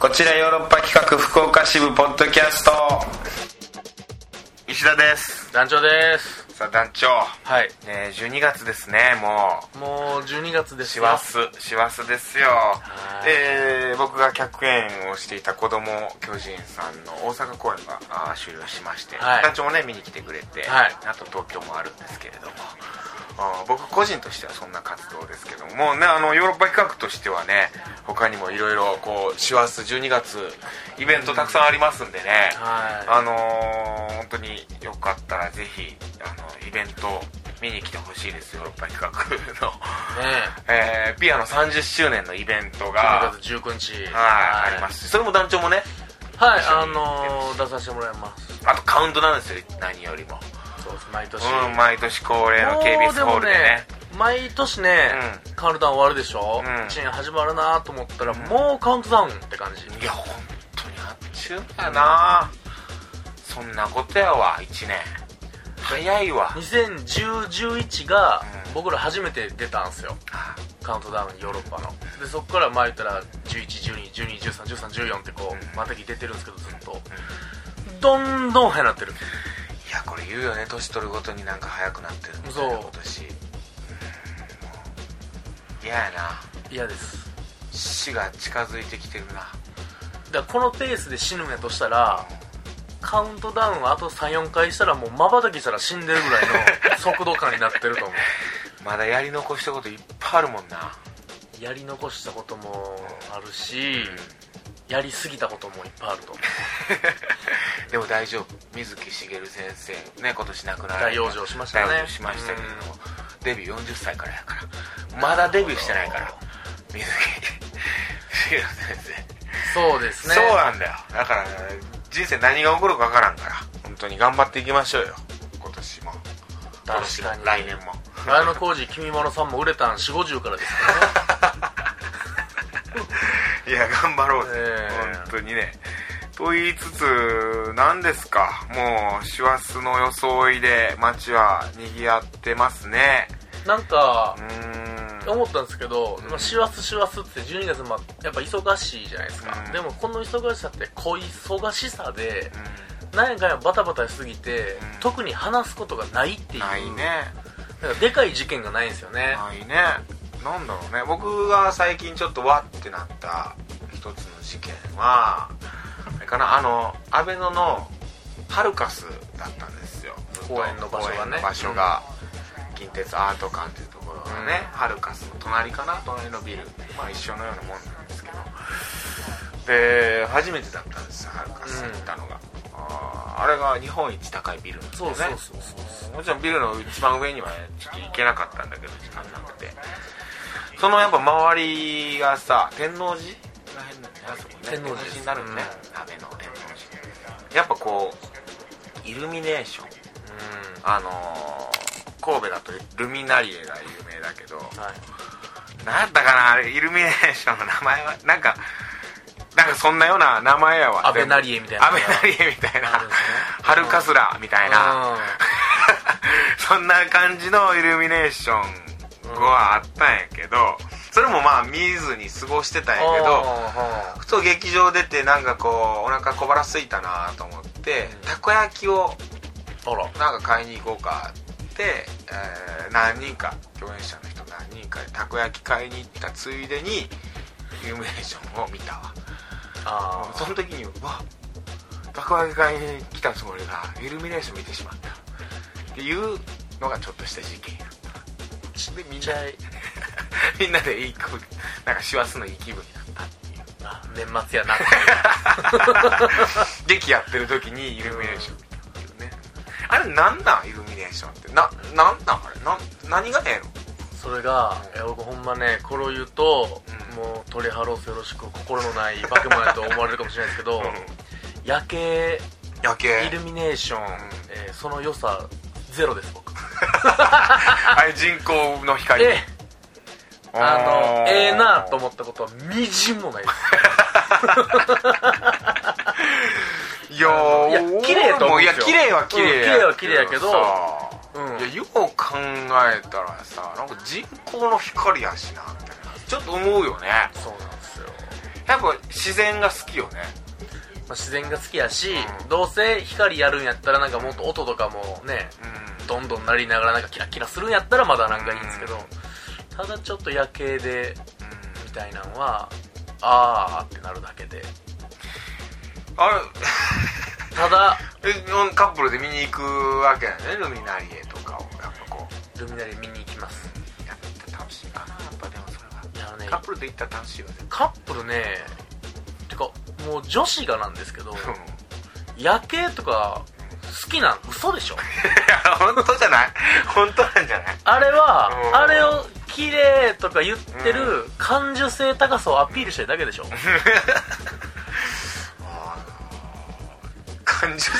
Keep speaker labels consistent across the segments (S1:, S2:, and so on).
S1: こちらヨーロッパ企画福岡支部ポッドキャスト石田です
S2: 団長です
S1: さあ団長、
S2: はい
S1: ね、12月ですねもう
S2: もう12月です
S1: 師
S2: よ
S1: 走師走ですよ
S2: い
S1: えー僕が客演をしていた子供巨人さんの大阪公演があー終了しまして、
S2: はい
S1: 団長もね見に来てくれて、
S2: はい
S1: あと東京もあるんですけれどもあー僕個人としてはそんな活動ですけどももうねあのヨーロッパ企画としてはね他にもいろいろこう師走12月イベントたくさんありますんでね、
S2: は
S1: あのー本当によかったらぜひあのイベント見に来てほしいですヨーロッパ企画の、
S2: いね
S1: えーピアノ30周年のイベント
S2: え
S1: が
S2: 12月19日
S1: はいありますそれも団長もね
S2: はい
S1: 一緒
S2: あ
S1: に
S2: のー出させてもらいます
S1: あとカウントなんですよ何よりも、
S2: そうです毎年
S1: うん、毎年恒例の KBS ホールでね
S2: もうも毎年ね
S1: う
S2: カウントダウン終わるでしょ
S1: うん
S2: 一年始まるなと思ったらもうカウントダウンって感じ
S1: いや本当にあっちゅうだよな、そんなことやわ1年早いわ
S2: 201011が
S1: うん
S2: 僕ら初めて出たんすよカウントダウンヨーロッパのでそっからまあ言ったら111212131314ってこ
S1: うん
S2: うまたぎ出てるんですけどずっとどんどん早なってる
S1: いやこれ言うよね年取るごとになんか早くなってるみたいな
S2: そう
S1: 今年うんもう嫌やな
S2: 嫌です
S1: 死が近づいてきてるな
S2: だからこのペースで死ぬんやとしたらカウントダウンをあと34回したらもうまばたきしたら死んでるぐら いの速度感になってると思
S1: まだやり残したこといっぱいあるもんな
S2: うやり残したこともあるしやりすぎたこともいっぱいあると思う
S1: でも大丈夫水木しげる先生ね今年亡くなら
S2: 大
S1: れ
S2: 養生しましたね
S1: 大養生しましたけれどもデビュー40歳からやからまだデビューしてないから水木しげる先生
S2: うんそうですね
S1: そうなんだよだから、ね、人生何が起こるか分からんから本当に頑張っていきましょうよ今年も今年
S2: 確
S1: も
S2: かに
S1: 来年も
S2: 綾小路君物さんも売れたん4 5 0からですからね
S1: いや頑張ろうぜ、
S2: ええ
S1: 本当にねと言いつつ何ですかもう師走の装いで街は賑わってますね
S2: なんか
S1: うーん
S2: 思ったんですけど
S1: うん
S2: まあ師走師走って12月まあやっぱ忙しいじゃないですか
S1: うん
S2: でもこの忙しさって小忙しさで
S1: う
S2: 何回もバタバタしすぎて、
S1: うん
S2: 特に話すことがないってい
S1: ん
S2: う
S1: ないね
S2: なんかでかい事件がないんですよね
S1: ないねなんだろうね僕が最近ちょっとわってなった一つの事件はあれかなあのアベノのハルカスだったんですよずっと
S2: 公園の場所がね
S1: 公園の場所が近鉄アート館っていうところがね、
S2: う
S1: ハルカスの隣かな隣のビルまあ一緒のようなもんなんですけどで初めてだったんですよハルカス行ったのが、あーあれが日本一高いビルなんです
S2: そ
S1: ね
S2: うそうそうそう
S1: もちろんビルの一番上にはちょっと行けなかったんだけど時間なくてそのやっぱ周りがさ天王寺らへんなんだよねあそこね
S2: 天王寺です
S1: になるよね阿部、の天王寺やっぱこうイルミネーションあのー神戸だとルミナリエが有名だけど
S2: うんはい
S1: なんだかなあれイルミネーションの名前はなんかなんかそんなような名前やわ
S2: 安倍ナリエみたいな
S1: アベナリエみたいな
S2: あるんですね
S1: ハルカスラみたいな、
S2: うん
S1: そんな感じのイルミネーションはあったんやけど、それもまあ見ずに過ごしてたんやけど、
S2: あ
S1: ふと劇場出てなんかこう、お腹小腹空いたなと思って、
S2: うん
S1: たこ焼きを
S2: ーあら
S1: なんか買いに行こうかって、えー何人か、共演者の人何人かでたこ焼き買いに行ったついでに、イルミネーションを見たわ。
S2: あ
S1: その時に、うわたこ焼き買いに来たつもりが、イルミネーション見てしまった。っていうのがちょっとした事件や。
S2: ちっちゃい
S1: みんなでいい気分なんか師走のいい気分になったっていう
S2: あ年末やなって
S1: 劇やってる時にイルミネーション見たっていうねあれなんなんイルミネーションってななんなんあれなん何がえ
S2: それが、いや僕ほんまねこれを言うと、
S1: うん
S2: もう鳥ハロースよろしく心のない化け物やと思われるかもしれないですけど、
S1: えの、
S2: 夜景
S1: 夜
S2: イ
S1: 景
S2: ルミネーション、えーその良さゼロです僕
S1: あれ人工の光
S2: であ
S1: お
S2: の
S1: ー
S2: ええなと思ったことはみじんもないです
S1: いやー
S2: いや
S1: 俺も
S2: 綺麗と思うん
S1: い
S2: で
S1: や
S2: すよ
S1: 綺麗は綺麗
S2: うん綺麗は綺麗やけど
S1: さ
S2: うん
S1: いやよう考えたらさなんか人工の光やしなみたいなちょっと思うよね
S2: そうなんですよ
S1: えやっぱ自然が好きよね
S2: まあ自然が好きやし、どうせ光やるんやったらなんかもっと音とかもね
S1: うん
S2: どんどんなりながらなんかキラキラするんやったらまだなんかいいんですけど、ただちょっと夜景でみたいなのはあーってなるだけで
S1: あ
S2: ただ
S1: れ えカップルで見に行くわけだよねルミナリエとかをやっぱこう
S2: ルミナリ見に行きます
S1: やって楽しいかなやっぱでもそれは
S2: あのね
S1: カップルで行ったら楽しいよね
S2: カップルねてかもう女子がなんですけど
S1: うん
S2: 夜景とか好きなん嘘でしょ
S1: いや本当じゃない本当なんじゃない
S2: あれは
S1: うん
S2: あれを綺麗とか言ってる感受性高さをアピールしてるだけでしょ
S1: 感受性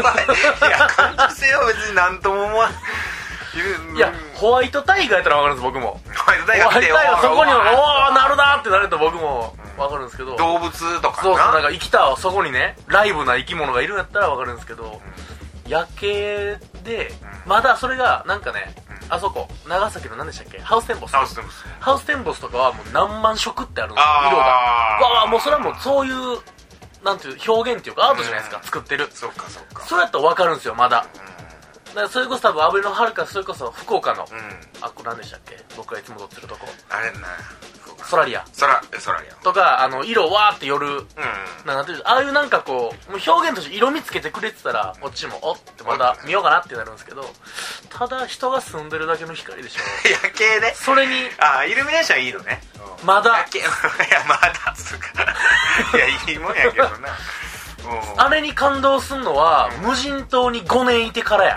S1: はいや感受性は別に何とも思わない
S2: いやホワイトタイガーやったら分かるんです僕も
S1: ホワイト
S2: ホ
S1: タイ
S2: ワ
S1: ガ
S2: イトタイガーそこにお
S1: お
S2: おーなるなーってなると僕も分かるんですけど
S1: 動物とか
S2: そうそう
S1: な
S2: なんか生きたそこにねライブな生き物がいるんやったらわかるんですけど、夜景で、
S1: うん
S2: まだそれがなんかね、
S1: うん
S2: あそこ長崎の何でしたっけハウステンボス
S1: ハウステンボス
S2: ハウステンボスとかはもう何万色ってあるんですよ
S1: あー
S2: 色がわあもうそれはもうそういうなんていう表現っていうかアートじゃないですか、
S1: うん
S2: 作ってる
S1: そうかそうか
S2: それやったらわかるんですよまだだからそれこそ多分アベノハルカそれこそ福岡の、
S1: うん、うん、
S2: あこれ何でしたっけ僕がいつも撮ってるとこ
S1: あれなそうか
S2: ソラリア
S1: そらえそらや
S2: とかあの色わーって夜
S1: うん
S2: なんかなんていうのああいうなんかこうもう表現として色見つけてくれてたらこっちもおっってまだ見ようかなってなるんですけどただ人が住んでるだけの光でしょ
S1: 夜景ね
S2: それに
S1: ああイルミネーションいいのね
S2: まだ
S1: 夜景 いやまだつうか いやいいもんやけどなうん
S2: あれに感動すんのは無人島に5年いてからや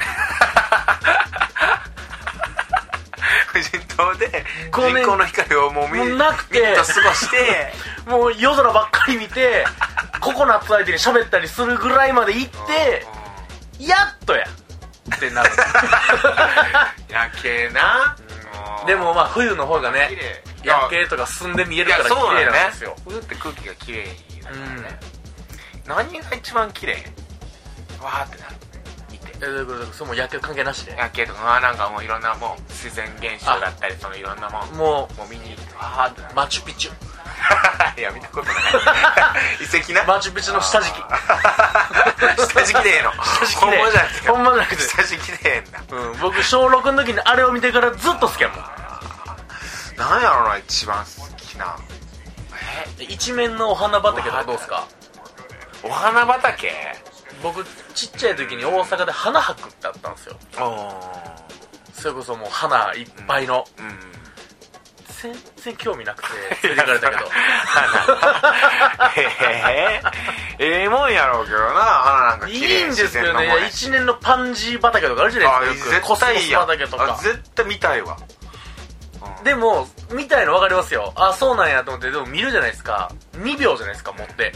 S1: 無人島で
S2: ごめん
S1: 人工の光をもう見
S2: もうなくて
S1: 見っと過ごして
S2: もう夜空ばっかり見てココナッツ相手に喋ったりするぐらいまで行ってやっとやっ てなる
S1: うん夜景なうん
S2: でもまあ冬の方がね
S1: 綺麗
S2: 夜景とか進んで見え
S1: い
S2: るか
S1: や
S2: ら綺
S1: そう
S2: 麗
S1: だ
S2: なん
S1: ね
S2: ですよ
S1: 冬って空気が綺麗だからね何が一番綺麗わーってなる見て
S2: えどういうことどういうことそれもう夜景関係なしで
S1: 夜景とかまあなんかもういろんなもう自然現象だったりそのいろんなもんも
S2: も
S1: う見に行ってわーってな
S2: う
S1: る
S2: マチュピチュ
S1: いや見たことない遺跡な
S2: マチュピチュの下敷き
S1: 下敷きでええの
S2: 下敷き
S1: 本
S2: で
S1: 物じゃなくて
S2: ほんまじゃなくて
S1: 下敷きでええんだ
S2: うん僕小6の時にあれを見てからずっと好きやもん
S1: なんやろな一番好きな
S2: 一面のお花畑とかどうすか
S1: お花畑
S2: 僕ちっちゃい時に大阪で花博ってあったんですよ
S1: お
S2: それこそもう花いっぱいの、
S1: うん
S2: 全然興味なくて 連れて行かれたけど
S1: へえええもんやろうけどな花なんか
S2: い
S1: 綺麗
S2: いんですけ
S1: 自然の
S2: どねい
S1: もん
S2: や
S1: や
S2: 一年のパンジー畑とかあるじゃないですかよくコ
S1: 絶
S2: スモ
S1: 対いい
S2: ス
S1: やん
S2: 畑とか
S1: あ絶対見たいわうん
S2: でも見たいの分かりますよあそうなんやと思ってでも見るじゃないですか2秒じゃないですか持って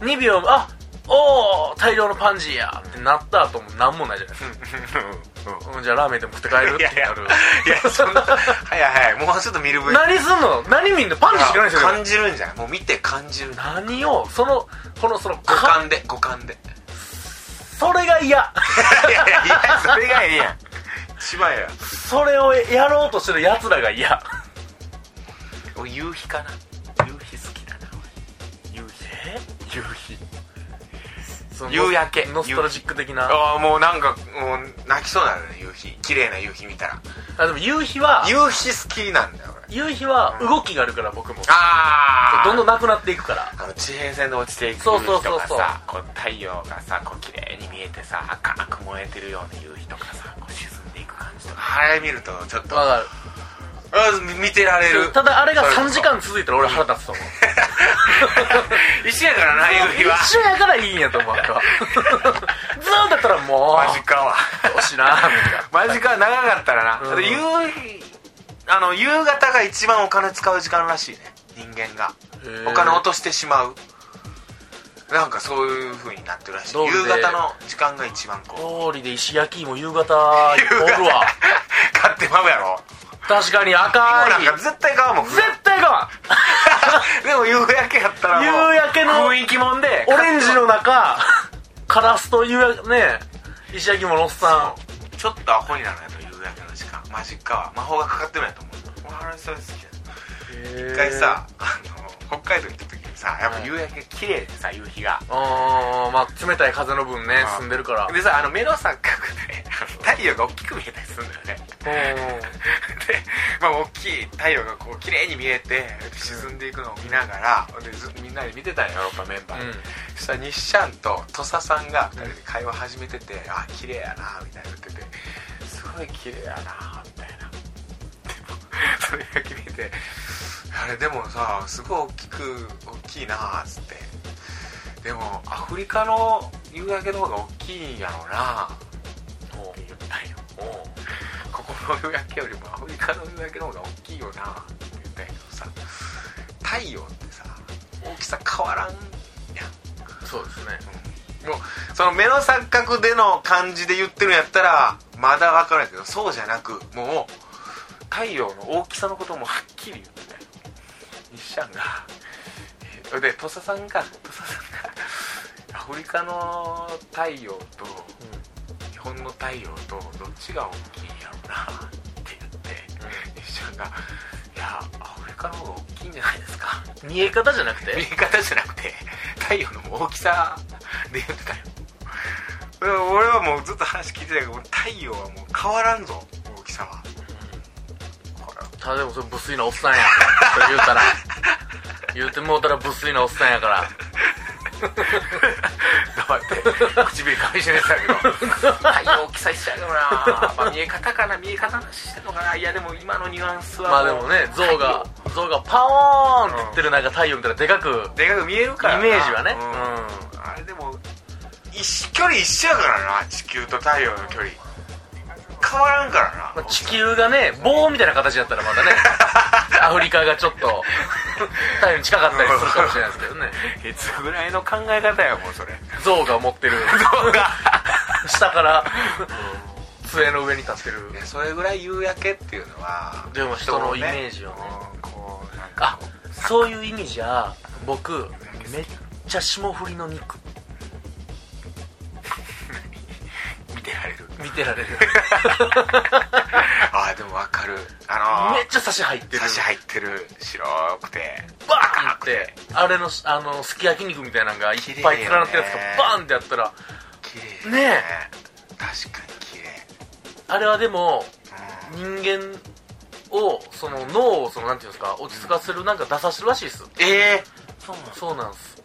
S2: 2秒あおお大量のパンジーやってなった後も何もないじゃないです
S1: うんうん
S2: か、うんじゃあラーメンでも食って帰るっ
S1: い
S2: て
S1: やいや
S2: なる
S1: いやそんなはいはいはいもうちょっと見る分
S2: 何すんの何見んのパンジーしかないですよでも
S1: 感じるんじゃないもう見て感じるな
S2: 何をそのこのその
S1: 五
S2: か
S1: 感で五感で
S2: それが嫌
S1: いやいやいやそれがええやん一番や
S2: それをやろうとしてる奴らが嫌
S1: 俺夕日かな夕日好きだな俺夕日
S2: え
S1: 夕日
S2: その
S1: 夕焼け
S2: ノストラジック的な
S1: ああもうなんかもう泣きそうになるね夕日綺麗な夕日見たら
S2: あでも夕日は
S1: 夕日好きなんだよ俺
S2: 夕日は動きがあるから僕も
S1: ああ
S2: どんどんなくなっていくから
S1: あの地平線で落ちていく
S2: そ
S1: 夕
S2: う
S1: 日
S2: そう
S1: と
S2: そう
S1: か
S2: そう
S1: さこう太陽がさこう綺麗に見えてさ赤く燃えてるような夕日とかさこう沈んでいく感じとかあれ見るとちょっとあ
S2: わか
S1: 見てられ
S2: る
S1: る
S2: ただあれが
S1: そ
S2: 3
S1: うそ
S2: 時
S1: う
S2: 間続いたら俺腹立つと思う
S1: 一緒やからな夕日は
S2: 一緒やからいいんやと思う 俺はずーっとやったらも
S1: マジかわ
S2: うどうしな ーみたいな
S1: マジか長かったらな、
S2: うん
S1: だって夕日あの夕方が一番お金使う時間らしいね人間が
S2: へー
S1: お金落としてしまうなんかそういう風になってるらしい
S2: どう
S1: 夕
S2: で
S1: 方の時間が一番こう
S2: 通りで石焼き芋夕方おるわ
S1: 買ってまうやろ
S2: 確かに
S1: もう
S2: 赤
S1: なん
S2: い
S1: か絶対買うもん
S2: 絶対か
S1: でも夕焼けやったらもう
S2: 夕焼けの
S1: 雰囲気もんで
S2: オレンジの中 カラスと夕焼けね石焼き芋のおっさ
S1: ちょっとアホになるやと夕焼けの時間マジか魔法がかかってるんやと思う俺あれそれ好きだ
S2: ん一
S1: 一回さあの北海道行ったさやっぱ夕焼け綺麗でさ夕日が
S2: あーまあ冷たい風の分ね
S1: うん
S2: 住んでるから
S1: でさあの目の錯覚でねあの太陽が大きく見えたりするんだよね
S2: う
S1: で、まあ、大きい太陽がこう綺麗に見えて沈んでいくのを見ながらでずみんなで見てたんよヨーロッパメンバーで、
S2: うん
S1: そしたら西ちゃんと土佐さんが二人で会話始めてて「あ綺麗やな」みたいな言ってて「すごい綺麗やな」みたいな でもそれが決めて「あれでもさすごい大きく大きいな」っつってでもアフリカの夕焼けの方が大きいんやろうなって言ったんよここの夕焼けよりもアフリカの夕焼けの方が大きいよなって言ったんやけどさ太陽ってさ大きさ変わらんやん
S2: んそうですね
S1: もうその目の錯覚での感じで言ってるんやったらまだ分からんけどそうじゃなくもう太陽の大きさのこともはっきり言ってたよ西ちゃんがえで土佐さんが土佐さんがアフリカの太陽と日本の太陽とどっちが大きいんやろうなって言って西ちゃんが「いやアフリカの方が大きいんじゃないですか」
S2: 見え方じゃなく
S1: 見え
S2: て
S1: 方じゃなくて太陽の大きさで言ってたよ俺はもうずっと話聞いてたけど太陽はもう変わらんぞ大きさはこれは
S2: ただでもそれ無粋なおっさんやそれ言うたら言うてもうたら無粋なおっさんやから
S1: 黙って唇かみしめてたけど太陽大きさ一緒やけどな、まあ、見え方かな見え方の話してんのかないやでも今のニュアンスは
S2: まあでもね象が象がパオーンって言ってるなんか太陽みたいなでかく
S1: でかく見えるからな
S2: イメージはね
S1: うんあれでも一距離一緒やからな地球と太陽の距離変わらんから
S2: ま
S1: な
S2: あ地球がね棒みたいな形だったらまだねアフリカがちょっと太陽に近かったりするかもしれないですけどね
S1: いつ ぐらいの考え方やもうそれ
S2: 象が持ってる
S1: 象が
S2: 下から杖の上に立ってる
S1: いやそれぐらい夕焼けっていうのは
S2: でも人のイメージをね
S1: うんこうなんか
S2: あそういう意味じゃ僕めっちゃ霜降りの肉
S1: 見てられ る
S2: 見てられる
S1: ああでもわかる あの
S2: めっちゃサシ入ってる
S1: サシ入ってる白くて
S2: バーンってあれのあのすき焼き肉みたいなのがいっぱい連なってるやつ
S1: 綺麗よね
S2: がバーンってやったら
S1: 綺麗
S2: ね
S1: 確かに綺麗
S2: あれはでも
S1: うん
S2: 人間をその脳をそのなんていうんですか落ち着かせるなんか出させるらしいです
S1: ええそうなん
S2: そうなんです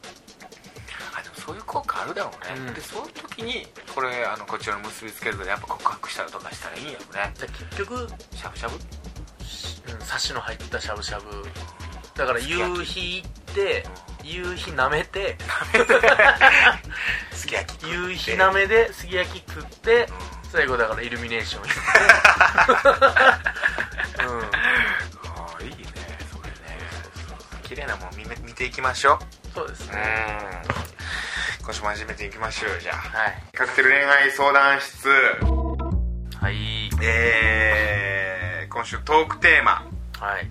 S1: あでもそういう効果あるだろうね、
S2: うん
S1: でそういう時にこれあのこちらに結びつけるとやっぱ告白したりとかしたらいいんやろね
S2: じゃあ結局
S1: しゃぶしゃぶ
S2: うんサシの入ったしゃぶしゃぶだから夕日行って夕日舐めて
S1: すき焼き
S2: 夕日舐めですき焼き食って最後だからイルミネー ション行って、うん、
S1: ああいいねそれね綺麗なもん見め見ていきましょう
S2: そうです
S1: う
S2: ね
S1: ん今週も始めていきましょうよじゃあ
S2: はい
S1: カクテル恋愛相談室
S2: はい
S1: えー、今週トークテーマ
S2: はい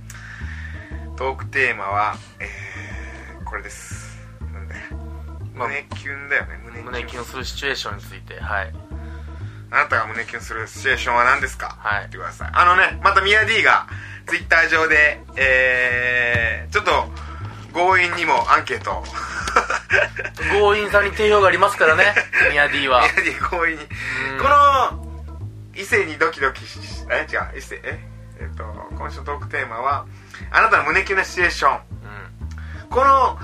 S1: トークテーマはえー、これですなんだよ
S2: まあ
S1: 胸キュンだよね胸キュン
S2: 胸キュンするシチュエーションについてはい
S1: あなたが胸キュンするシチュエーションは何ですか
S2: はい
S1: 言ってくださいあのねまたミヤ D がツイッター上でえー、ちょっと強引にもアンケートを
S2: 強引さんに定評がありますから ねミヤ D は
S1: ミヤ D 強引に
S2: うん
S1: この異性にドキドキしえ違う異性ええっと今週のトークテーマはあなたの胸キュンなシチュエーション
S2: うん
S1: この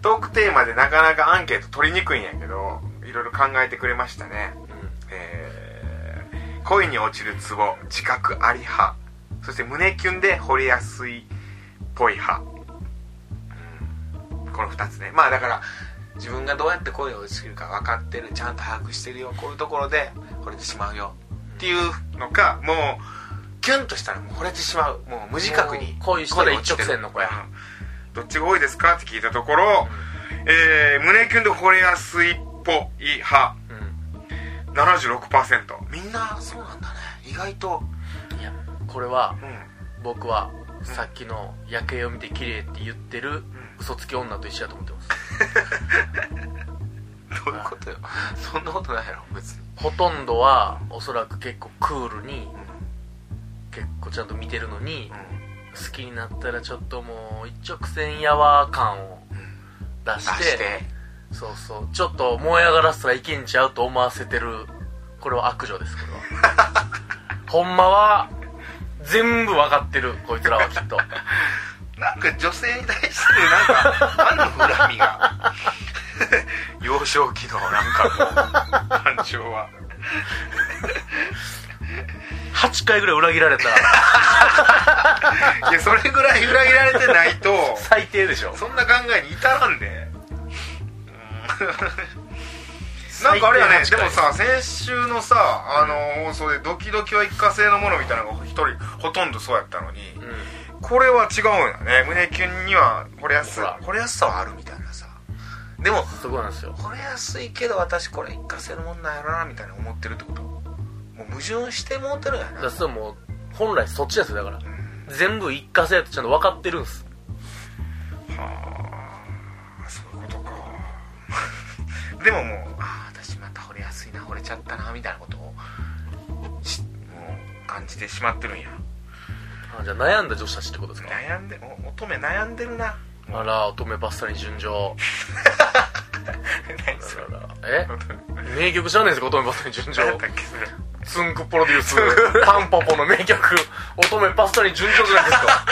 S1: トークテーマでなかなかアンケート取りにくいんやけどいろいろ考えてくれましたね
S2: うん
S1: えー恋に落ちるツボ自覚あり派そして胸キュンで掘りやすいっぽい派、うんこの2つねまあだから自分がどうやって恋に落ちるか分かってるちゃんと把握してるよこういうところで惚れてしまうよっていうのかもうキュンとしたらもう惚れてしまうもう無自覚に
S2: もう恋したら一直線の子や
S1: うんどっちが多いですかって聞いたところ、えー胸キュンで惚れやすいっぽい派
S2: うん
S1: 76%みんなそうなんだね意外と
S2: いやこれは
S1: うん
S2: 僕はさっきの夜景を見て綺麗って言ってる嘘つき女と一緒だと思ってます
S1: どういうことよそんなことないやろ別に
S2: ほとんどはおそらく結構クールに結構ちゃんと見てるのに
S1: うん
S2: 好きになったらちょっともう一直線やわ感を出
S1: 出
S2: して
S1: して
S2: そうそうちょっと燃え上がらせたらいけんちゃうと思わせてるこれは悪女ですこれは ほんまは全部わかってるこいつらはきっと
S1: なんか女性に対してなんか何の恨み が幼少期のなんかこう感情は
S2: 8回ぐらい裏切られたら
S1: いやそれぐらい裏切られてないと
S2: 最低でしょ
S1: そんな考えに至らんでうんなんかあれやね
S2: 最低
S1: で
S2: な
S1: も
S2: 近
S1: さ先週のさあの放送でドキドキは一過性のものみたいなのが一人ほとんどそうやったのに、
S2: い
S1: これは違うんやね胸キュンにはこれ安
S2: ほら
S1: これ安さはあるみたいなさでも
S2: うん、そこなんですよ
S1: これ安いけど私これ一過性のもんなんやろなみたいな思ってるってこともう矛盾してもうてるんや
S2: だ
S1: な
S2: からそれもう本来そっちですよだから
S1: うん
S2: 全部一過性やとちゃんと分かってるんです
S1: はあそういうことか でももうああ私また惚れやすいな惚れちゃったなみたいなことをしもう感じてしまってるんや
S2: あじゃあ悩んだ女子たちってことですか
S1: 悩んでお乙女悩んでるな
S2: あら乙女ばっさり純情
S1: 何それ
S2: あららえ
S1: 乙女
S2: 名曲知らないんですか乙女ばっさり純情
S1: 何やったっけそれ
S2: つんくプロデュースタンポポの名曲乙女ばっさり純情じゃないですか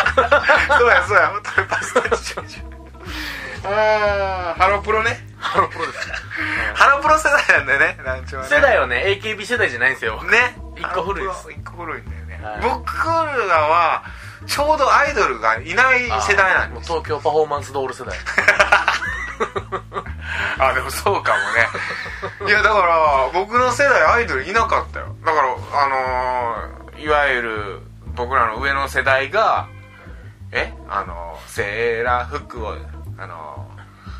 S1: そうやそうや乙女パスタチオああハロプロね
S2: ハロプロです
S1: ハロプロ世代なんだよね団長は ね
S2: 世代はね AKB 世代じゃないんですよ
S1: ね
S2: 一個古いです
S1: ハロプロ一個古いんだよね、
S2: はい
S1: 僕らはちょうどアイドルがいない世代なん
S2: もう
S1: です
S2: 東京パフォーマンスドール世代
S1: あでもそうかもね いやだから僕の世代アイドルいなかったよだからあのーいわゆる僕らの上の世代がえあのーセーラー服をあの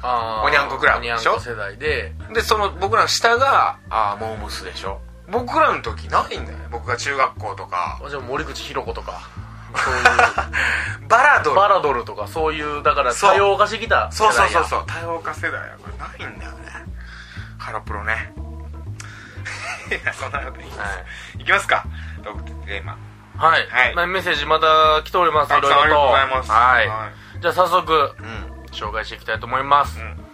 S1: ー
S2: あー
S1: おにゃんこクラブ
S2: おにゃんこ世代で
S1: でその僕らの下があモームスでしょ僕らの時ないんだよね僕が中学校とか
S2: じゃあ森口博子 とかそういう
S1: バラドル
S2: バラドルとかそういうだから
S1: そう
S2: 多様化してきた世
S1: そう
S2: 代
S1: そう
S2: や
S1: そうそう多様化世代やこれないんだよねハロプロねいやそんなこといいです、、
S2: はい
S1: きますかトークテーマ
S2: はい、
S1: はい
S2: まあメッセージまた来ております
S1: た
S2: い
S1: く
S2: ろ
S1: さんあ
S2: い
S1: り
S2: ろ
S1: がと
S2: と
S1: うございます
S2: はい、
S1: はい
S2: じゃあ早速
S1: うん
S2: 紹介していきたいと思います、
S1: うん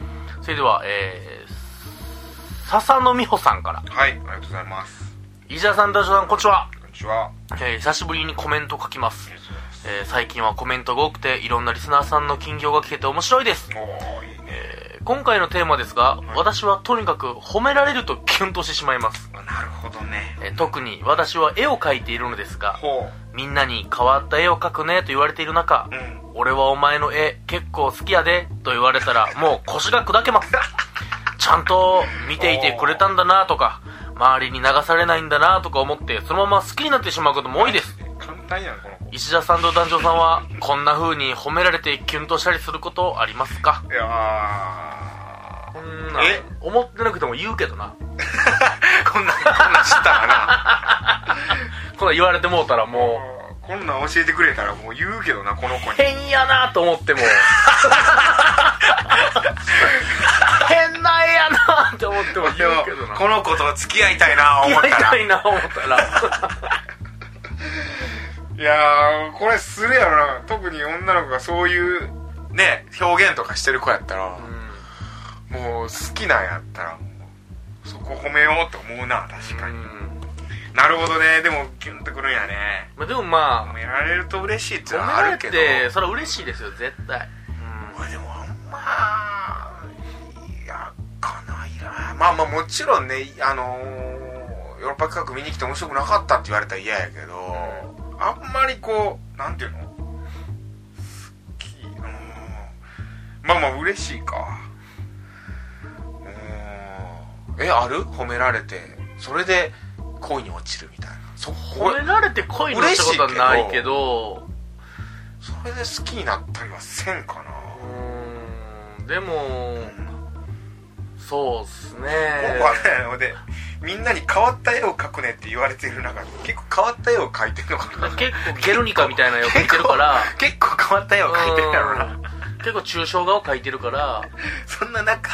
S2: それではえー、笹野美穂さんから
S1: はいありがとうございます
S2: 石田さん、田島さん、こんにちは、
S1: こんにちは
S2: えー久しぶりにコメント書きます
S1: あ、りがとうございます
S2: えー最近はコメントが多くていろんなリスナーさんの近況が聞けて面白いです、
S1: おーいいね
S2: えー今回のテーマですが、私はとにかく褒められるとキュンとしてしまいます、
S1: なるほどね
S2: えー特に私は絵を描いているのですが
S1: ほ
S2: みんなに変わった絵を描くねと言われている中
S1: ううん
S2: 俺はお前の絵結構好きやでと言われたらもう腰が砕けますちゃんと見ていてくれたんだなとか周りに流されないんだなとか思ってそのまま好きになってしまうことも多いです
S1: 簡単やんこの子
S2: 石田さんと団長さんはこんな風に褒められてキュンとしたりすることありますか
S1: いやー
S2: こんなん
S1: え
S2: 思ってなくても言うけどな
S1: こんなんこんなん知ったらな
S2: こんなん言われてもうたらも
S1: こんなん教えてくれたらもう 言うけどなこの子
S2: う
S1: に
S2: 変やなと思って も変なんやなって思っても言うけどな
S1: この子と付き合いたいな思っ
S2: やり
S1: たら
S2: た
S1: い
S2: いな思った ら
S1: やーこれするやろな特に女の子がそういうね表現とかしてる子やったら、
S2: う
S1: もう好きなんやったらもうそこ褒めようと思うな確かに、
S2: ん
S1: なるほどねでもキュンとくるんやね
S2: まあでも
S1: 褒
S2: ま
S1: められると嬉しいっ
S2: あ
S1: ていうのは
S2: 褒め
S1: あ
S2: ら
S1: る
S2: れ
S1: けど
S2: てそれは嬉しいですよ絶対
S1: まあでもあんまいやかないなまあまあもちろんねあのーヨーロッパ企画見に来て面白くなかったって言われたら嫌やけど、あんまりこうなんていうの好きうんまあまあ嬉しいかうんえある褒められてそれで恋に落ちるみたいなそ
S2: 褒
S1: こ
S2: められて恋にしたことはないけど
S1: それで好きになったりはせんかな、
S2: うーんでも
S1: うん
S2: そうっすね
S1: 僕は ねのでみんなに変わった絵を描くねって言われてる中で結構変わった絵を描いてるのかな
S2: 結構ゲルニカみたいな絵を描いてるから
S1: 結構変わった絵を描いてるやろ
S2: う
S1: なん
S2: 結構抽象画を描いてるから
S1: そんな中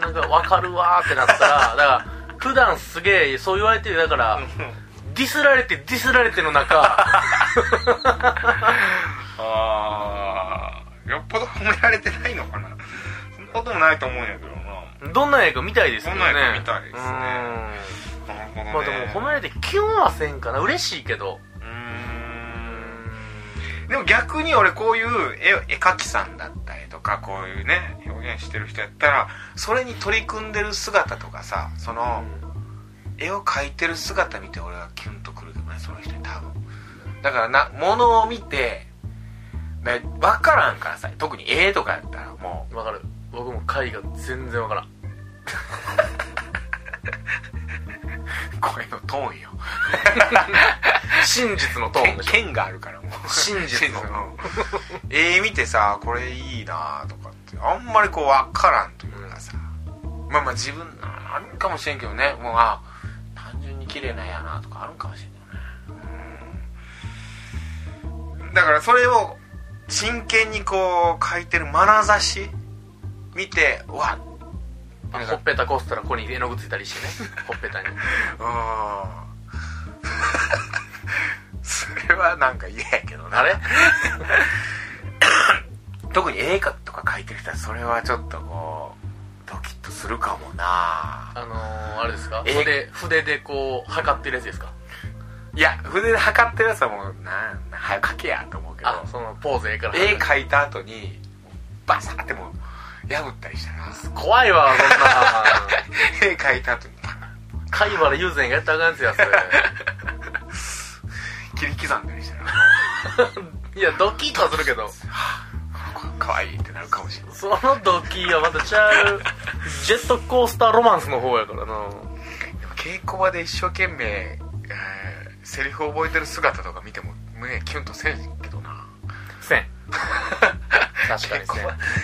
S2: なんか分かるわーってなったらだから普段すげえそう言われてるだからディスられてディスられての中
S1: ああよっぽど褒められてないのかなそんなこともないと思うんやけどな
S2: どんな映画見たいですけどね
S1: どんな映画見たいですね
S2: うん
S1: なるほどね
S2: まあでも褒められてキュンはせんかな嬉しいけど
S1: うーんでも逆に俺こういう絵絵描きさんだったりとかこういうね表現してる人やったらそれに取り組んでる姿とかさその絵を描いてる姿見て俺はキュンとくるけどねその人に多分だからな物を見てね分からんからさ特に絵とかやったらも
S2: わかる僕も絵画全然わからん
S1: う声のトーンよ
S2: 真実のトー
S1: 剣
S2: ンでしょ
S1: 剣があるからもう
S2: 真実の
S1: え見てさこれいいなとかってあんまりこう分からんというかさまあまあ自分あるんかもしれんけどねもうあ単純に綺麗なんやなとかあるんかもしれんけどねうんだからそれを真剣にこう書いてる眼差し見てうわっ
S2: あほっぺたこすったらここに絵の具ついたりしてね ほっぺたに
S1: うん それはなんか嫌やけどな
S2: あ れ
S1: 特に映画とか書いてる人はそれはちょっとこうドキッとするかもな
S2: あのー、あれですか
S1: え
S2: 筆筆でこう測ってるやつですか
S1: いや筆で測ってるやつはもうなんな早く書けやと思うけど
S2: あそのポーズええから
S1: 絵描いた後にバサってもう破ったりしたら
S2: 怖いわそ
S1: 絵描いた後に
S2: んな貝原雄然がやったらあかんやつや そ
S1: 切り刻んだりしたら
S2: れいやドキッとはするけど
S1: この子かわいいってなるかもしれない
S2: そのドキはまたちゃうジェットコースターロマンスの方やからな
S1: でも稽古場で一生懸命、えーセリフを覚えてる姿とか見ても胸キュンとせんけどな
S2: せん確か
S1: 稽古
S2: にせん
S1: 場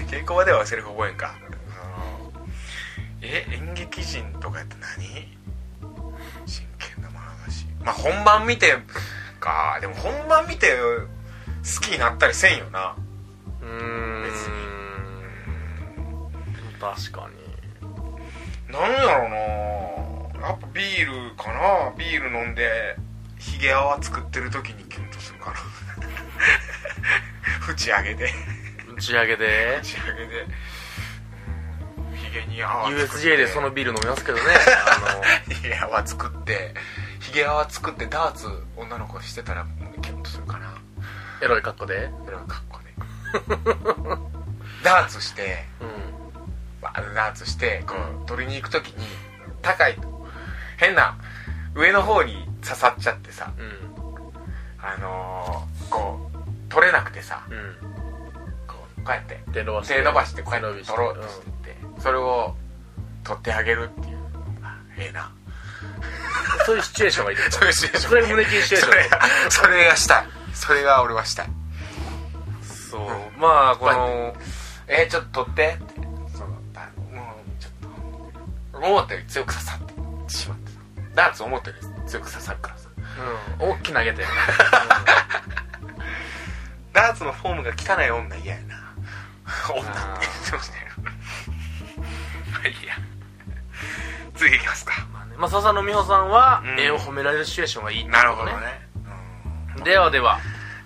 S1: 稽古場ではセリフ覚えんかえ演劇人とかやって何真剣な眼差しまあ本番見てかでも本番見て好きになったりせんよな
S2: うーん
S1: 別
S2: 確か
S1: なんやろなやっぱビールかなビール飲んでヒゲ泡作ってる時にキュンとするかな 打ち上げで
S2: に打ち上げで
S1: 打ち上げでうんヒゲに泡作って
S2: USJ でそのビール飲みますけどね
S1: ヒゲ泡作ってヒゲ泡作ってダーツ女の子してたら胸キュンとするかな
S2: あのエロい格好で
S1: それは格好で ダーツして
S2: うん
S1: バーッとダーツしてこう取りに行く時に高いと変な上の方に刺さっちゃってさ
S2: うん
S1: あのー、こう取れなくてさ
S2: うん
S1: こうこうやって
S2: 手伸ばして
S1: 手伸ばしてこうやって
S2: 手
S1: 取ろうとしてって、それを取ってあげるっていうのがええな
S2: うんそういうシチュエーションがいいってこと
S1: そういうシチュエーション
S2: それ胸キュンシチュエーション
S1: それがそれがしたいそれが俺はしたい
S2: そうまあこの
S1: こえー、ちょっと取ってってそのだもうちょっと思ったより強く刺さってしまってさダーツ思ったより強く刺さるからさ
S2: うん大きな投げて
S1: ダーツのフォームが汚い女嫌やな女って言ってましたよ まあいいや次いきますか
S2: まあ笹野美穂さんは
S1: うん
S2: 絵を褒められるシチュエーションがいいってこと
S1: なるほどねうん
S2: ではでは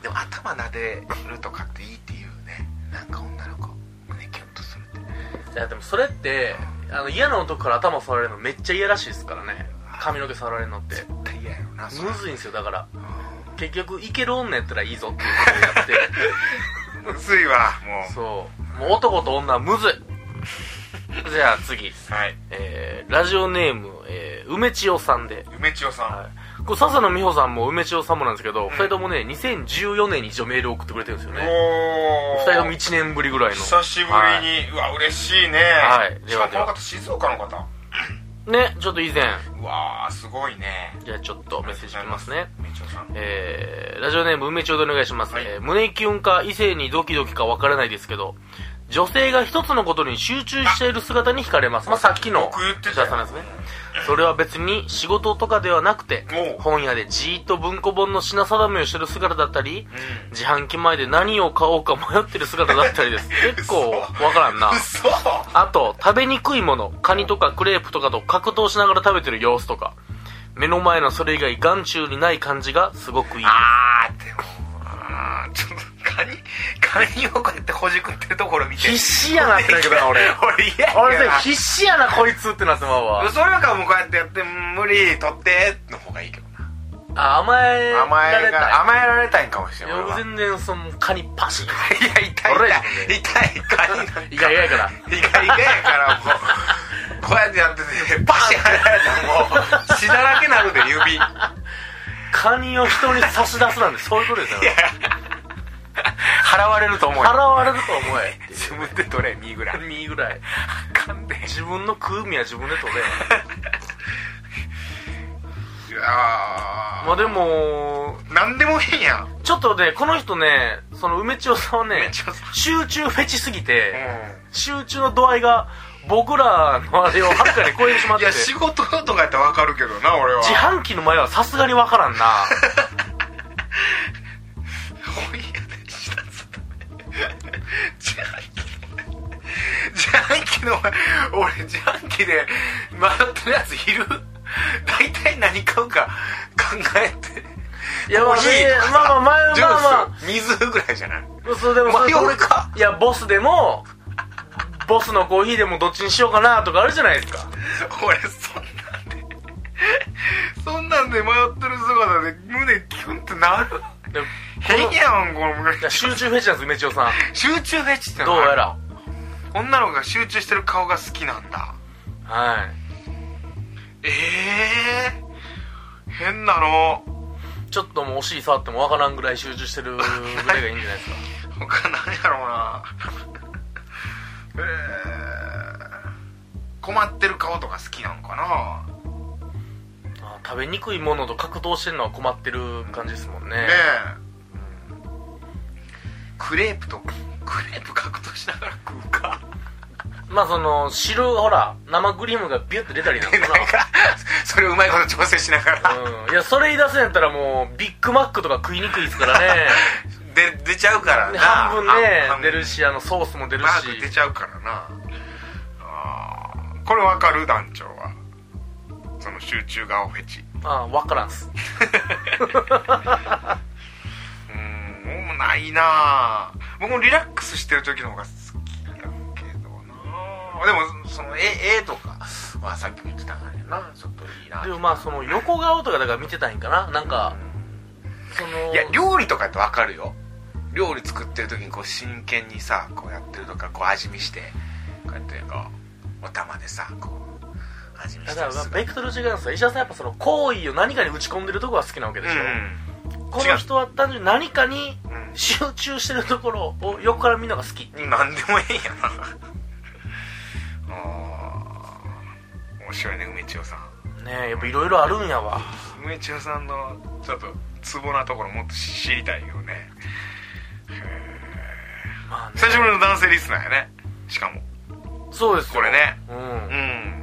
S1: でも頭撫でるとかっていいっていうねなんか女の子胸キュンとするって
S2: いやでもそれってあの嫌な男から頭触られるのめっちゃ嫌らしいですからね髪の毛触られるのって
S1: 絶対嫌やろなそれ
S2: むずいんですよだから
S1: う
S2: 結局いける女やったらいいぞっていうことをやっ
S1: んむずいわ
S2: て
S1: も
S2: そうもう男と女はむずいじゃあ次、
S1: うはい
S2: えー、ラジオネーム、えー、梅千代さんで、
S1: 梅千代さん、
S2: はい、これ笹野美穂さんも梅千代さんもなんですけど、二人ともね2014年に一応メールを送ってくれてるんですよね
S1: おお
S2: 二人とも1年ぶりぐらいの
S1: 久しぶりに、
S2: は
S1: うわ嬉しいね
S2: はい
S1: し
S2: で
S1: か
S2: は
S1: もこの方静岡の方
S2: いねちょっと以前
S1: うわーすごいね
S2: じゃあちょっとメッセージいきますね
S1: 梅千代さん
S2: えーラジオネーム梅ちょうでお願いします、
S1: はい
S2: えー胸キュンか異性にドキドキかわからないですけど女性が一つのことに集中している姿に惹かれますまあさっきの
S1: 僕言ってたよ
S2: 吉田さんですねそれは別に仕事とかではなくて
S1: おう
S2: 本屋でじーっと文庫本の品定めをしてる姿だったり
S1: うん
S2: 自販機前で何を買おうか迷ってる姿だったりです結構わからんな
S1: 嘘
S2: あと、食べにくいもの、カニとかクレープとかと格闘しながら食べてる様子とか、目の前のそれ以外眼中にない感じがすごくいい。
S1: あーでもあーちょっとカニ紙にこうやってほじくってるところ見て
S2: 必死やなってなるけどな俺
S1: 俺嫌やな
S2: 俺必死やなこいつってなってまうわ
S1: それよりかはもうこうやってやってうん無理取っての方がいいけどな
S2: あ甘え
S1: 甘
S2: ら
S1: え
S2: れたい
S1: が甘えられたいんかもしれない俺は
S2: 俺全然そのカニパシッ
S1: いや痛い痛い
S2: 俺
S1: 痛い痛い痛い
S2: 意外やから
S1: 意外でやからもうこうやってやっててバシッ離れたらもう血だらけなるで指いや
S2: カニを人に差し出すなんてそういうことですよね
S1: 払われると思うよ
S2: 払われると思えって
S1: 自分で取れ身ぐらい
S2: いいぐらい
S1: 噛んでい
S2: 自分の食う身は自分で取れ
S1: や
S2: まあでも
S1: ーなんでもいいやん
S2: ちょっとねこの人ねその梅千代さんはね
S1: 梅千代さん
S2: 集中フェチすぎて、集中の度合いが僕らのあれをはるかに超えてしま
S1: い
S2: ってて
S1: や仕事とかやったらわかるけどな俺は
S2: 自販機の前はさすがにわからんな
S1: 本屋でしたつだね自販機の自販機の俺自販機で迷ってるやついる大体何買うか考えて
S2: いやまあ
S1: コーヒーとか
S2: まあまあ前
S1: ジュ
S2: ま
S1: ー
S2: あ
S1: ス、
S2: まあ
S1: 水ぐらいじゃない
S2: そうでもそれ
S1: 迷うか
S2: いやボスでもボスのコーヒーでもどっちにしようかなとかあるじゃないですか
S1: 俺そんなんでそんなんで迷ってる姿で胸キュンってなる
S2: で
S1: 変
S2: い
S1: やんこの胸
S2: や集中フェチなんです梅千代さん
S1: 集中フェチっての
S2: どう
S1: は
S2: やら
S1: 女の子が集中してる顔が好きなんだ
S2: はい
S1: ええ変なの
S2: ちょっともうお尻触ってもわからんぐらい集中してるぐらいがいいんじゃないですか
S1: 他何やろうな えー、困ってる顔とか好きなんかな
S2: あ食べにくいものと格闘してるのは困ってる感じですもんね
S1: ねえ、クレープとクレープ格闘しながら食うか
S2: まあその汁ほら生クリームがビュッて出たりなん か
S1: なん
S2: な
S1: か それをうまいこと調整しながら、
S2: うん、いやそれ言い出すんやったらもうビッグマックとか食いにくいですからね
S1: で出ちゃうからな
S2: 半分ね
S1: 半分
S2: 出るしあのソースも出るし
S1: マーク出ちゃうからなあーこれわかる団長はその集中顔フェチ
S2: ああ分からんっす
S1: うーんもうないなあ僕もリラックスしてる時の方が好きだけどなあでもその絵絵とかはさっきも言ってたからやなちょっといいな
S2: でもまあその横顔とかだから見てたいんかななんかその
S1: いや料理とかやってわかるよ料理作ってる時にこう真剣にさこうやってるとかこう味見してこうやってこうお玉でさこう味見し
S2: だ
S1: て
S2: から
S1: る
S2: まあ
S1: 姿
S2: ベクトル違うんですよ石田さんやっぱその行為を何かに打ち込んでるとこが好きなわけでしょ、この人は単純に何かに
S1: うん、うん
S2: 集中してるところを横から見るのが好き
S1: なん でもいいやなあー面白いね梅千代さん
S2: ねえやっぱいろいろあるんやわ
S1: 梅千代さんのちょっとツボなところもっと知りたいよね
S2: まあね
S1: 久しぶりの男性リスナーやねしかも
S2: そうですよ
S1: これね
S2: うん、
S1: うん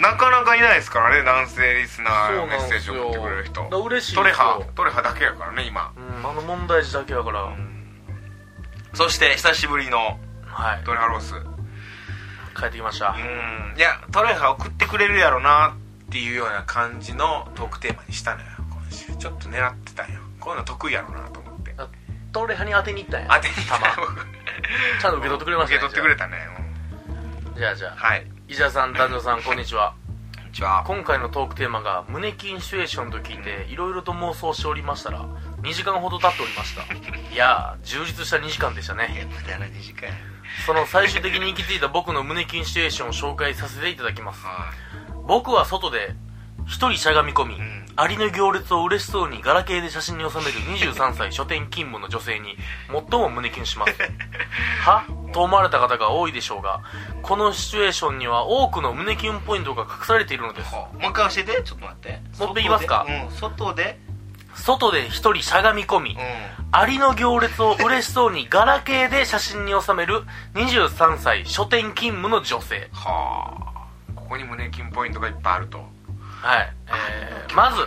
S1: なかなかいないですからね男性リスナー
S2: そ
S1: の
S2: う
S1: メ
S2: な
S1: ッ
S2: ん
S1: セ
S2: で
S1: ー
S2: す
S1: ジ
S2: よ
S1: を送ってくれる人
S2: だから嬉しいですよ
S1: トレハトレハだけやからね今、
S2: うん、あの問題児だけやから、
S1: そして久しぶりの
S2: はい
S1: トレハロース
S2: 帰ってきました、
S1: うんいやトレハ送ってくれるやろなっていうような感じのトークテーマにしたのよ今週ちょっと狙ってたんよこういうの得意やろなと思って
S2: あトレハに当てに行ったんや
S1: 当てにた
S2: 弾 ちゃんと受け取ってくれました
S1: 受
S2: ね
S1: け取ってくれたねうん
S2: じゃあじゃあ
S1: はいこ
S2: 石田さん男女さんこんにちは
S1: んにちは
S2: 今回のトークテーマが胸キュンシチュエーションと聞いていろいろと妄想しておりましたら2時間ほど経っておりました いやー充実した2時間でしたね
S1: 無駄な2時間や
S2: その最終的に行き着いた僕の胸キュンシチュエーションを紹介させていただきます
S1: は
S2: 僕は外で一人しゃがみ込み、
S1: ん
S2: アリの行列を嬉しそうにガラケーで写真に収める23歳書店勤務の女性に最も胸キュンし ますはと思われた方が多いでしょうがこのシチュエーションには多くの胸キュンポイントが隠されているのです
S1: もう一回教えてちょっと待って
S2: もう一回言いますか
S1: 外で
S2: 外で一人しゃがみ込み、
S1: うん
S2: アリの行列を嬉しそうにガラケーで写真に収める23歳書店勤務の女性
S1: はあここに胸キュンポイントがいっぱいあると
S2: はい、えー、まず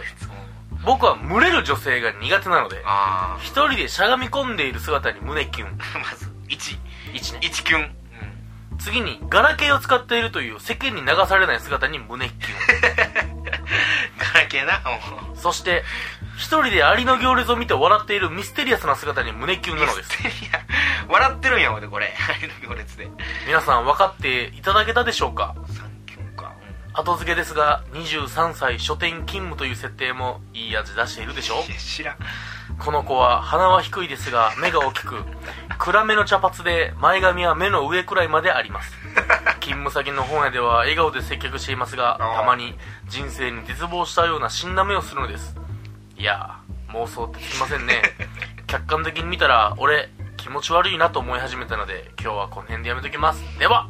S2: 僕は群れる女性が苦手なので
S1: あ
S2: 一人でしゃがみ込んでいる姿に胸キュン
S1: あ まず1
S2: 1ね
S1: 1キュン、うん、
S2: 次にガラケーを使っているという世間に流されない姿に胸キュ
S1: ガラケーなうん
S2: ンそして一人でアリの行列を見て笑っているミステリアスな姿に胸キュンなのです
S1: いや笑ってるんや俺これ 流行りの行列で
S2: 皆さん分かっていただけたでしょうか
S1: 三級かうん
S2: 後付けですが23歳書店勤務という設定もいい味出しているでしょ
S1: いや知らん
S2: この子は鼻は低いですが目が大きく暗めの茶髪で前髪は目の上くらいまであ ります勤務先の本屋では笑顔で接客していますが
S1: あー
S2: たまに人生に絶望したような死んだ目をするのですいやー妄想ってつきませ んね客観的に見たら俺気持ち悪いなと思い始めたので今日はこの辺でやめときますでは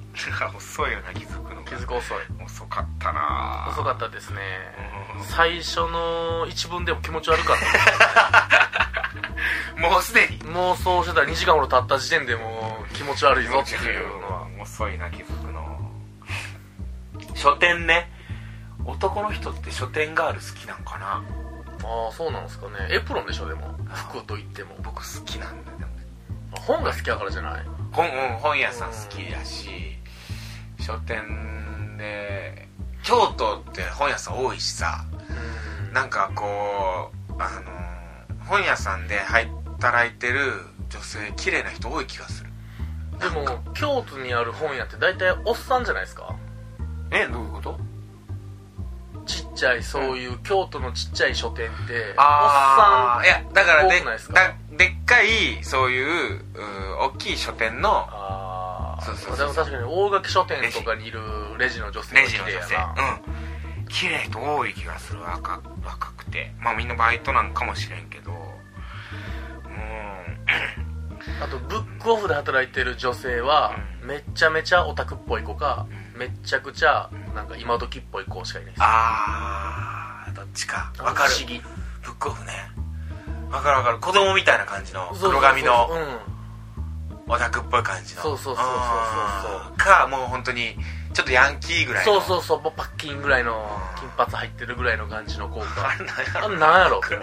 S1: 遅いよな気づくのが
S2: 気づく遅い
S1: 遅かったな
S2: 遅かったですね
S1: うん
S2: 最初の一文でも気持ち悪かっ
S1: もうすでに
S2: た妄想してたら2時間ほど経った時点でもう気持ち悪いぞっていうのは
S1: 遅いな気づくの書店ね男の人って書店ガール好きなんかな
S2: ああそうなんですかねエプロンでしょでも服といっても
S1: 僕好きなんだよ
S2: 本が好きだからじゃない
S1: 本,、うん、本屋さん好きやし書店で京都って本屋さん多いしさなんかこうあのー本屋さんで働いてる女性綺麗な人多い気がする
S2: でも京都にある本屋って大体おっさんじゃないですか
S1: えどういうこと
S2: ちっちゃいそういう京都のちっちゃい書店っておっ
S1: あ
S2: さ
S1: あ
S2: ん
S1: いやだからで
S2: 多くないですか
S1: だでっかいそういううー大きい書店の
S2: あ
S1: そうそうそ
S2: あ
S1: う
S2: でも確かに大垣書店とかにいるレジの女性
S1: レ
S2: は
S1: ジ
S2: 綺
S1: の
S2: 麗
S1: 女
S2: や
S1: 性
S2: な
S1: うん綺麗と多い気がする若若くてまあみんなバイトなんかもしれんけどうん
S2: あとブックオフで働いてる女性はめっちゃめちゃオタクっぽい子かめっちゃくちゃなんか今時っぽい子しかいないです
S1: あーどっちかわかる
S2: 不思議
S1: ブックオフねわかるわかる子供みたいな感じの
S2: そうそうそう
S1: 黒髪の
S2: うん
S1: オタクっぽい感じの
S2: そうそうそうそうそう
S1: あーかもう本当にちょっとヤンキーぐらい
S2: そ
S1: の
S2: うそうそうもうパッキンぐらいの金髪入ってるぐらいの感じの効果
S1: あれなんやろ
S2: あんなんやろだか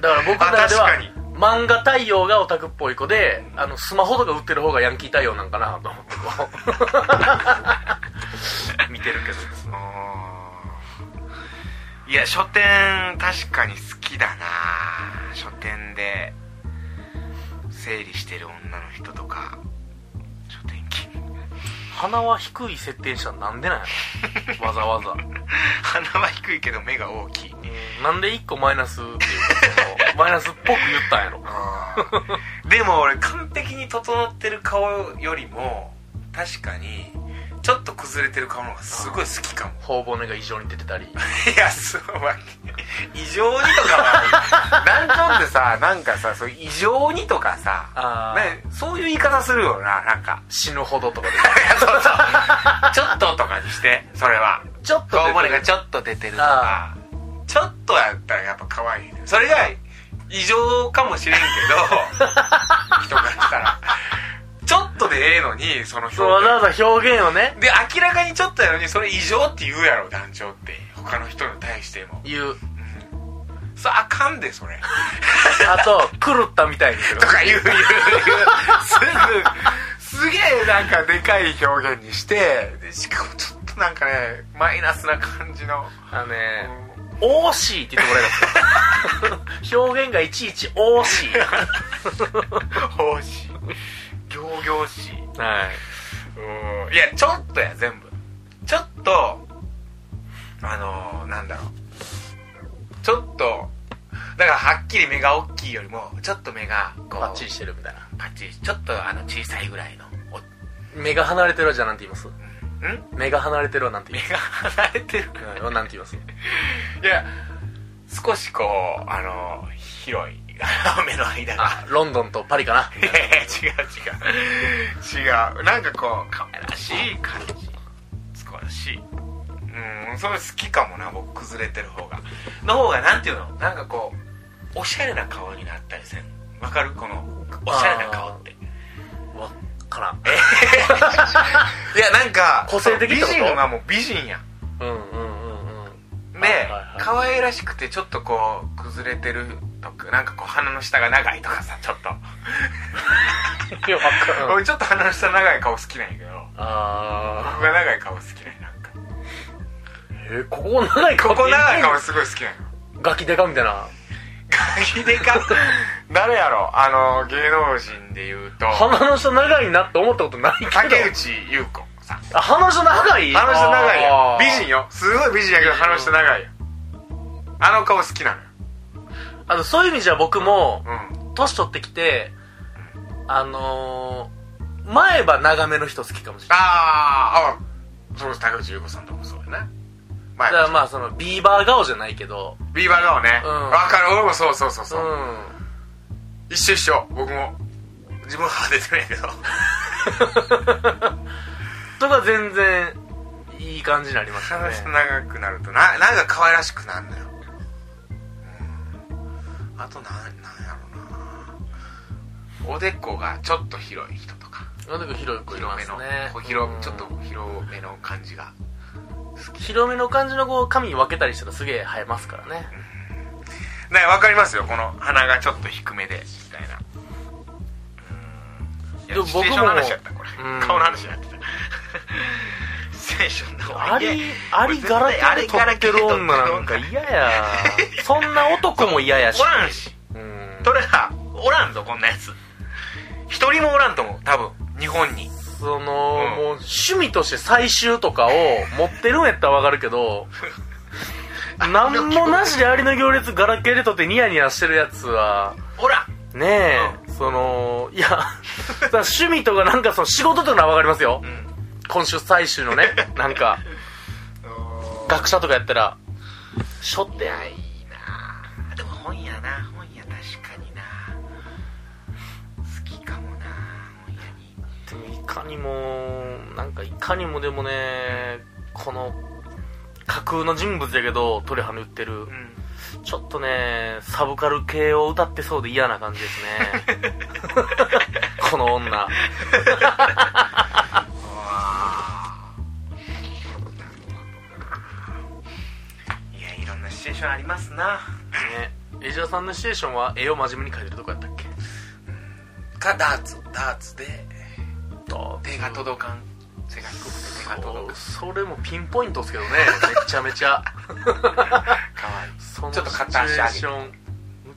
S2: ら僕らで
S1: あ
S2: は
S1: 確かに
S2: 漫画対応がオタクっぽい子であのスマホとか売ってる方がヤンキー対応なんかなと思ってこう見てるけど
S1: いや書店確かに好きだな書店で整理してる女の人とか書店勤務
S2: 鼻は低い設定にしたらなんでなんや ろわざわざ、
S1: 鼻は低いけど目が大きい
S2: うんなんで一個マイナスっていうかそのマイナスっぽく言ったんやろ
S1: でも俺完璧に整ってる顔よりも確かにちょっと崩れてる顔の方がすごい好きかも
S2: 頬骨が異常に出てたり
S1: いやそうわ異常にとかは なんちょんってさなんかさそう異常にとかさ
S2: あー
S1: ね、そういう言い方するよななん か
S2: 死ぬほどとかで
S1: ちょっととかにしてそれは
S2: ちょっと出て
S1: 顔
S2: る
S1: 骨がちょっと出てるとかちょっとやったらやっぱ可愛いねそれが異常かもしれんけ ど人からしたらちょっとでええのにその表
S2: そうわざ
S1: 現
S2: わざ表現をね
S1: で明らかにちょっとやのにそれ異常って言うやろ団長って他の人に対しても
S2: 言う
S1: それあかんでそれ
S2: あと、狂ったみたいにする
S1: と。か言う言う言うすぐすげえなんかでかい表現にしてでしかもちょっとなんかねマイナスな感じの、
S2: あのね、惜しいって言ってもらえま す。表現がいちいち惜しい。
S1: 奉仕行々しい
S2: はい。
S1: うんいやちょっとや全部ちょっとあのーなんだろうちょっとだからはっきり目が大きいよりもちょっと目がこう
S2: バッチリしてるみたいな。
S1: パッチリちょっとあの小さいぐらいのお
S2: 目が離れてるはじゃあなんて言います
S1: ん
S2: 目が離れてるはなんて
S1: 目
S2: 言い
S1: が離れてる
S2: ますうんなんて言います
S1: いや少しこうあの広い目の間が
S2: あ、ロンドンとパリかな。
S1: いやいや違う違う違うなんかこう可愛らしい感じ少しうんそれ好きかもな僕崩れてる方がの方がなんていうのなんかこうおしゃれな顔になったりせんわかるこのおしゃれな顔って
S2: わっからん。
S1: いやなんか
S2: 個性的ってこと
S1: 美人がもう美人やん
S2: うんうんうんうん。
S1: で、
S2: はいはいはい
S1: 可愛らしくてちょっとこう崩れてるとかなんかこう鼻の下が長いとかさちょっと、
S2: いや、わっからん。
S1: 俺ちょっと鼻の下長い顔好きなんやけど
S2: あ
S1: 僕が長い顔好きなんやなんか
S2: ー。えー、ここ長い顔
S1: ここ長い
S2: か
S1: 顔すごい好きなんや
S2: ガキデカみたいな。
S1: ガキデカ誰やろあの芸能人で言うと
S2: 鼻の下長いなって思ったことないけど
S1: 竹内優子さん
S2: あ鼻の下長い
S1: あの人長いよ
S2: あー
S1: 美人よすごい美人やけどあの人長いよあの顔好きなのよ
S2: あのそういう意味じゃ僕も
S1: うん
S2: 年取ってきてあのー、前歯長めの人好きかもしれない
S1: あーあそうです竹内優子さんとかもそうやね前
S2: だからまあそのビーバー顔じゃないけど
S1: ビーバー顔ね
S2: うん
S1: わ、かる俺もそうそうそう
S2: う
S1: そう、
S2: ん
S1: 一緒一緒僕も自分は出てないけど
S2: とか全然いい感じになりましたね
S1: 話長くなるとななんか可愛らしくなるのよ、うん、あとなんなんやろうなおでこがちょっと広い人とか
S2: なんだか広い子い
S1: 広
S2: ま
S1: め
S2: す
S1: の、
S2: ね
S1: こう広
S2: うん
S1: ちょっと広めの感じが
S2: 広めの感じのこう髪分けたりしたらすげえ生えますからね
S1: ねわかりますよこの鼻がちょっと低めでみたいなうんいや
S2: でも
S1: シチュエーションの話やったこれ
S2: うん
S1: 顔の話やってたシチュエーションの
S2: ありありガラケーで撮ってる女なんか嫌やそんな男も嫌やし
S1: おらんし
S2: うん
S1: それはおらんぞこんなやつ一人もおらんと思う多分日本にう
S2: その、
S1: ん
S2: もう趣味として採集とかを持ってるんやったらわかる けどなんもなしでアリの行列ガラケーで撮ってニヤニヤしてるやつは
S1: おらん
S2: ねえ、そのいや だから趣味とかなんかその仕事とかのはわかりますよ、
S1: ん
S2: 今週最終 のねなんか学者とかやったらしょってない
S1: なあでも本やな本や確かにな好きかもな本屋に
S2: でもいかにもなんかいかにもでもねこの架空の人物やけど鳥羽の言ってる
S1: うん
S2: ちょっとねサブカル系を歌ってそうで嫌な感じです ねこの女
S1: いやいろんなシチュエーションありますな
S2: ねエジアさんのシチュエーションは絵を真面目に描いてるとこやったっけ
S1: かダーツダーツで
S2: と
S1: 手が届かん背が低くて手が届く
S2: それもピンポイントですけどねめちゃめちゃ
S1: かわいい
S2: その
S1: ちょっと片足上げて
S2: シチュエーションむ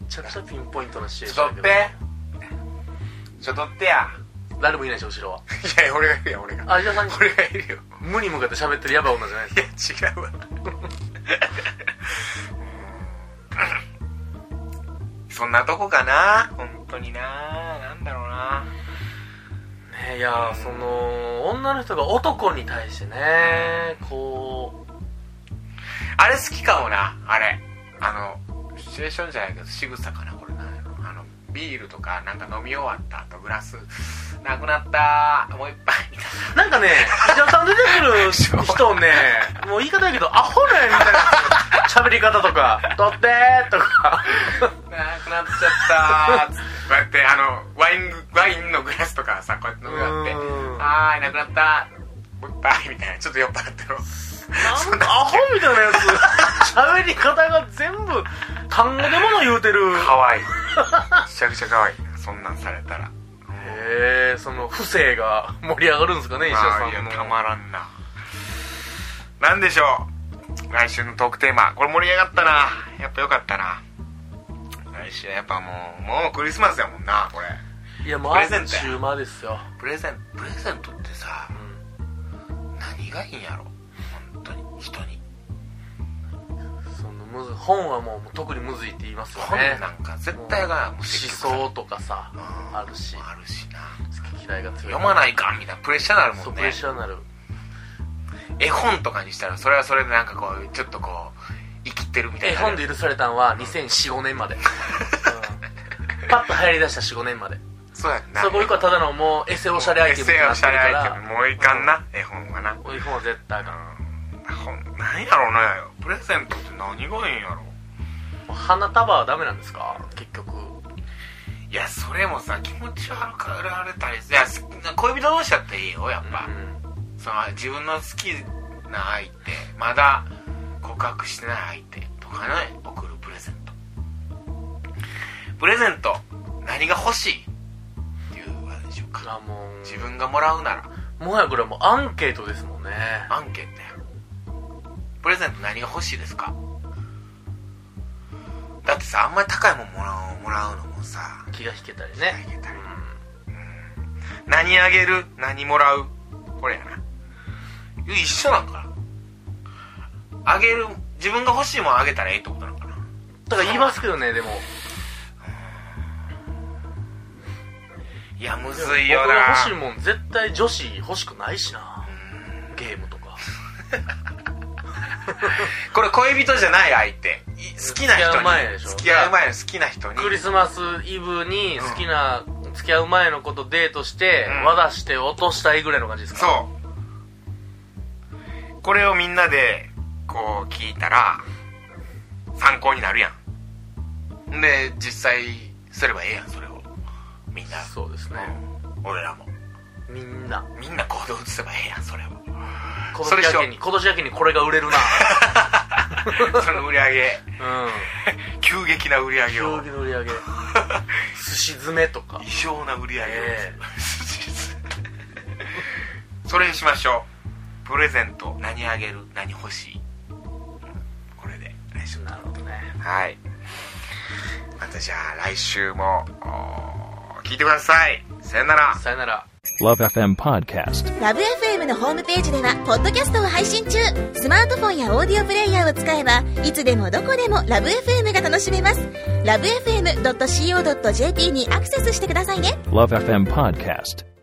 S2: ちゃくちゃピンポイントなシチュエー
S1: ち
S2: ショ
S1: ょ
S2: ン
S1: っ
S2: や
S1: と
S2: け
S1: ちょっとってや
S2: ど誰もいないでしょ後ろはい
S1: や俺がいるよ俺が
S2: あエジアさん
S1: 俺がいるよ
S2: 無に向かって喋ってるヤバい女じゃないです
S1: いや違うわそんなとこかな本当にななんだろうな
S2: ねいやーその女の人が男に対してねこ
S1: あれ好きかもなあれあのシチュエーションじゃないけど仕草かなこれなんやろあのビールとかなんか飲み終わった後グラスなくなったもう一杯みたいう
S2: なんかね石田さん出て くる人ねもう言い方やけどアホなんやみたいな喋り方とか「取って」とか
S1: ななくなっちゃったーっつってこうやってあのワインワインのグラスとかさこうやって飲み終わって
S2: うん
S1: あーいなくなったもう一杯みたいなちょっと酔っ払ってろ
S2: なんかアホみたいなやつ喋り方が全部単語でもの言うてる
S1: 可愛いめちゃくちゃ可愛いそんなんされたら
S2: へえその不正が盛り上がるんですかね石田さ
S1: あー
S2: ん
S1: い
S2: の
S1: やたまらんななんでしょう来週のトークテーマこれ盛り上がったなやっぱよかったな来週はやっぱもうもうクリスマスやもんなこれ
S2: いやもう
S1: プ
S2: あ
S1: レ
S2: っ
S1: ゼントや
S2: ちゅう間ですよ、
S1: プレゼンプレゼントってさ
S2: うん
S1: 何がいいんやろ本当に人に
S2: そのむず本はもう特にむずいって言いますよ
S1: 本
S2: ね
S1: なんか絶対が
S2: 思
S1: も
S2: 想とかさ
S1: う
S2: あるし
S1: あるしな
S2: 好き嫌いが強い
S1: 読まないかんみたいなプレッシャーなる
S2: そ
S1: も
S2: うんプレッ
S1: ね
S2: シャーになる
S1: 絵本とかにしたらそれはそれでなんかこうちょっとこう生きてるみたい
S2: 絵
S1: な
S2: 本で許されたんは2045年まで、うんパッと流行り出した45年まで
S1: そうやんな
S2: そこ以降はただのもうエセおしゃれアイテムになってる
S1: エッセイおしゃ
S2: か
S1: れアイ
S2: ら
S1: テムもういかんな、絵本はな
S2: こういう本は絶対あかん
S1: 本なんやろうねプレゼントって何がいいんやろ
S2: もう花束はダメなんですか結局
S1: いやそれもさ気持ち悪くられたりいやす恋人同士だっていいよやっぱ、
S2: うん
S1: その自分の好きな相手まだ告白してない相手とかね送るプレゼントプレゼント何が欲しいっていうあれでしょうか
S2: あもう
S1: 自分がもらうなら
S2: もはやこれはもうアンケートですもんね
S1: アンケートやプレゼント何が欲しいですかだってさあんまり高いもんもらうもらうのもさ
S2: 気が引けたり
S1: い
S2: ね
S1: けたり
S2: う
S1: 何あげる何もらうこれやな一緒なんかなあげる自分が欲しいもんあげたらええってことなのかなん
S2: だから言いますけどねでも
S1: いやむず
S2: 僕
S1: いよな
S2: が欲しいもん絶対女子欲しくないしなゲームとか
S1: これ恋人じゃない相手い好きな人に
S2: 付き合う前でしょ
S1: 付き合う前の好きな人に
S2: クリスマスイブに好きな、付き合う前の子とデートして、
S1: うん
S2: 渡して落としたいぐらいの感じですか
S1: そうこれをみんなでこう聞いたら参考になるやんで実際すればええやんそれをみんな
S2: そうですね、
S1: うん俺らも
S2: みんな
S1: みんな行動移せばええやんそれを
S2: 今
S1: それ
S2: 年
S1: しよ
S2: だ
S1: う
S2: けに今年だけにこれが売れる
S1: その売り上げ
S2: なうん
S1: 急激な売り上げ
S2: 競
S1: を
S2: 技の売 り上げ寿司詰めとか
S1: 異常な売り上げを、
S2: え
S1: それにしましょうプレゼント何あげる何欲しいこれで来週
S2: なるほどね
S1: はい。またじゃあ来週も、おー聞いてください。さよなら。
S2: さよなら
S3: Love FM Podcast.
S4: ラブ f m のホームページではポッドキャストを配信中スマートフォンやオーディオプレイヤーを使えばいつでもどこでもラブ f m が楽しめますラブ FM.co.jp にアクセスしてくださいね
S3: Love FM Podcast.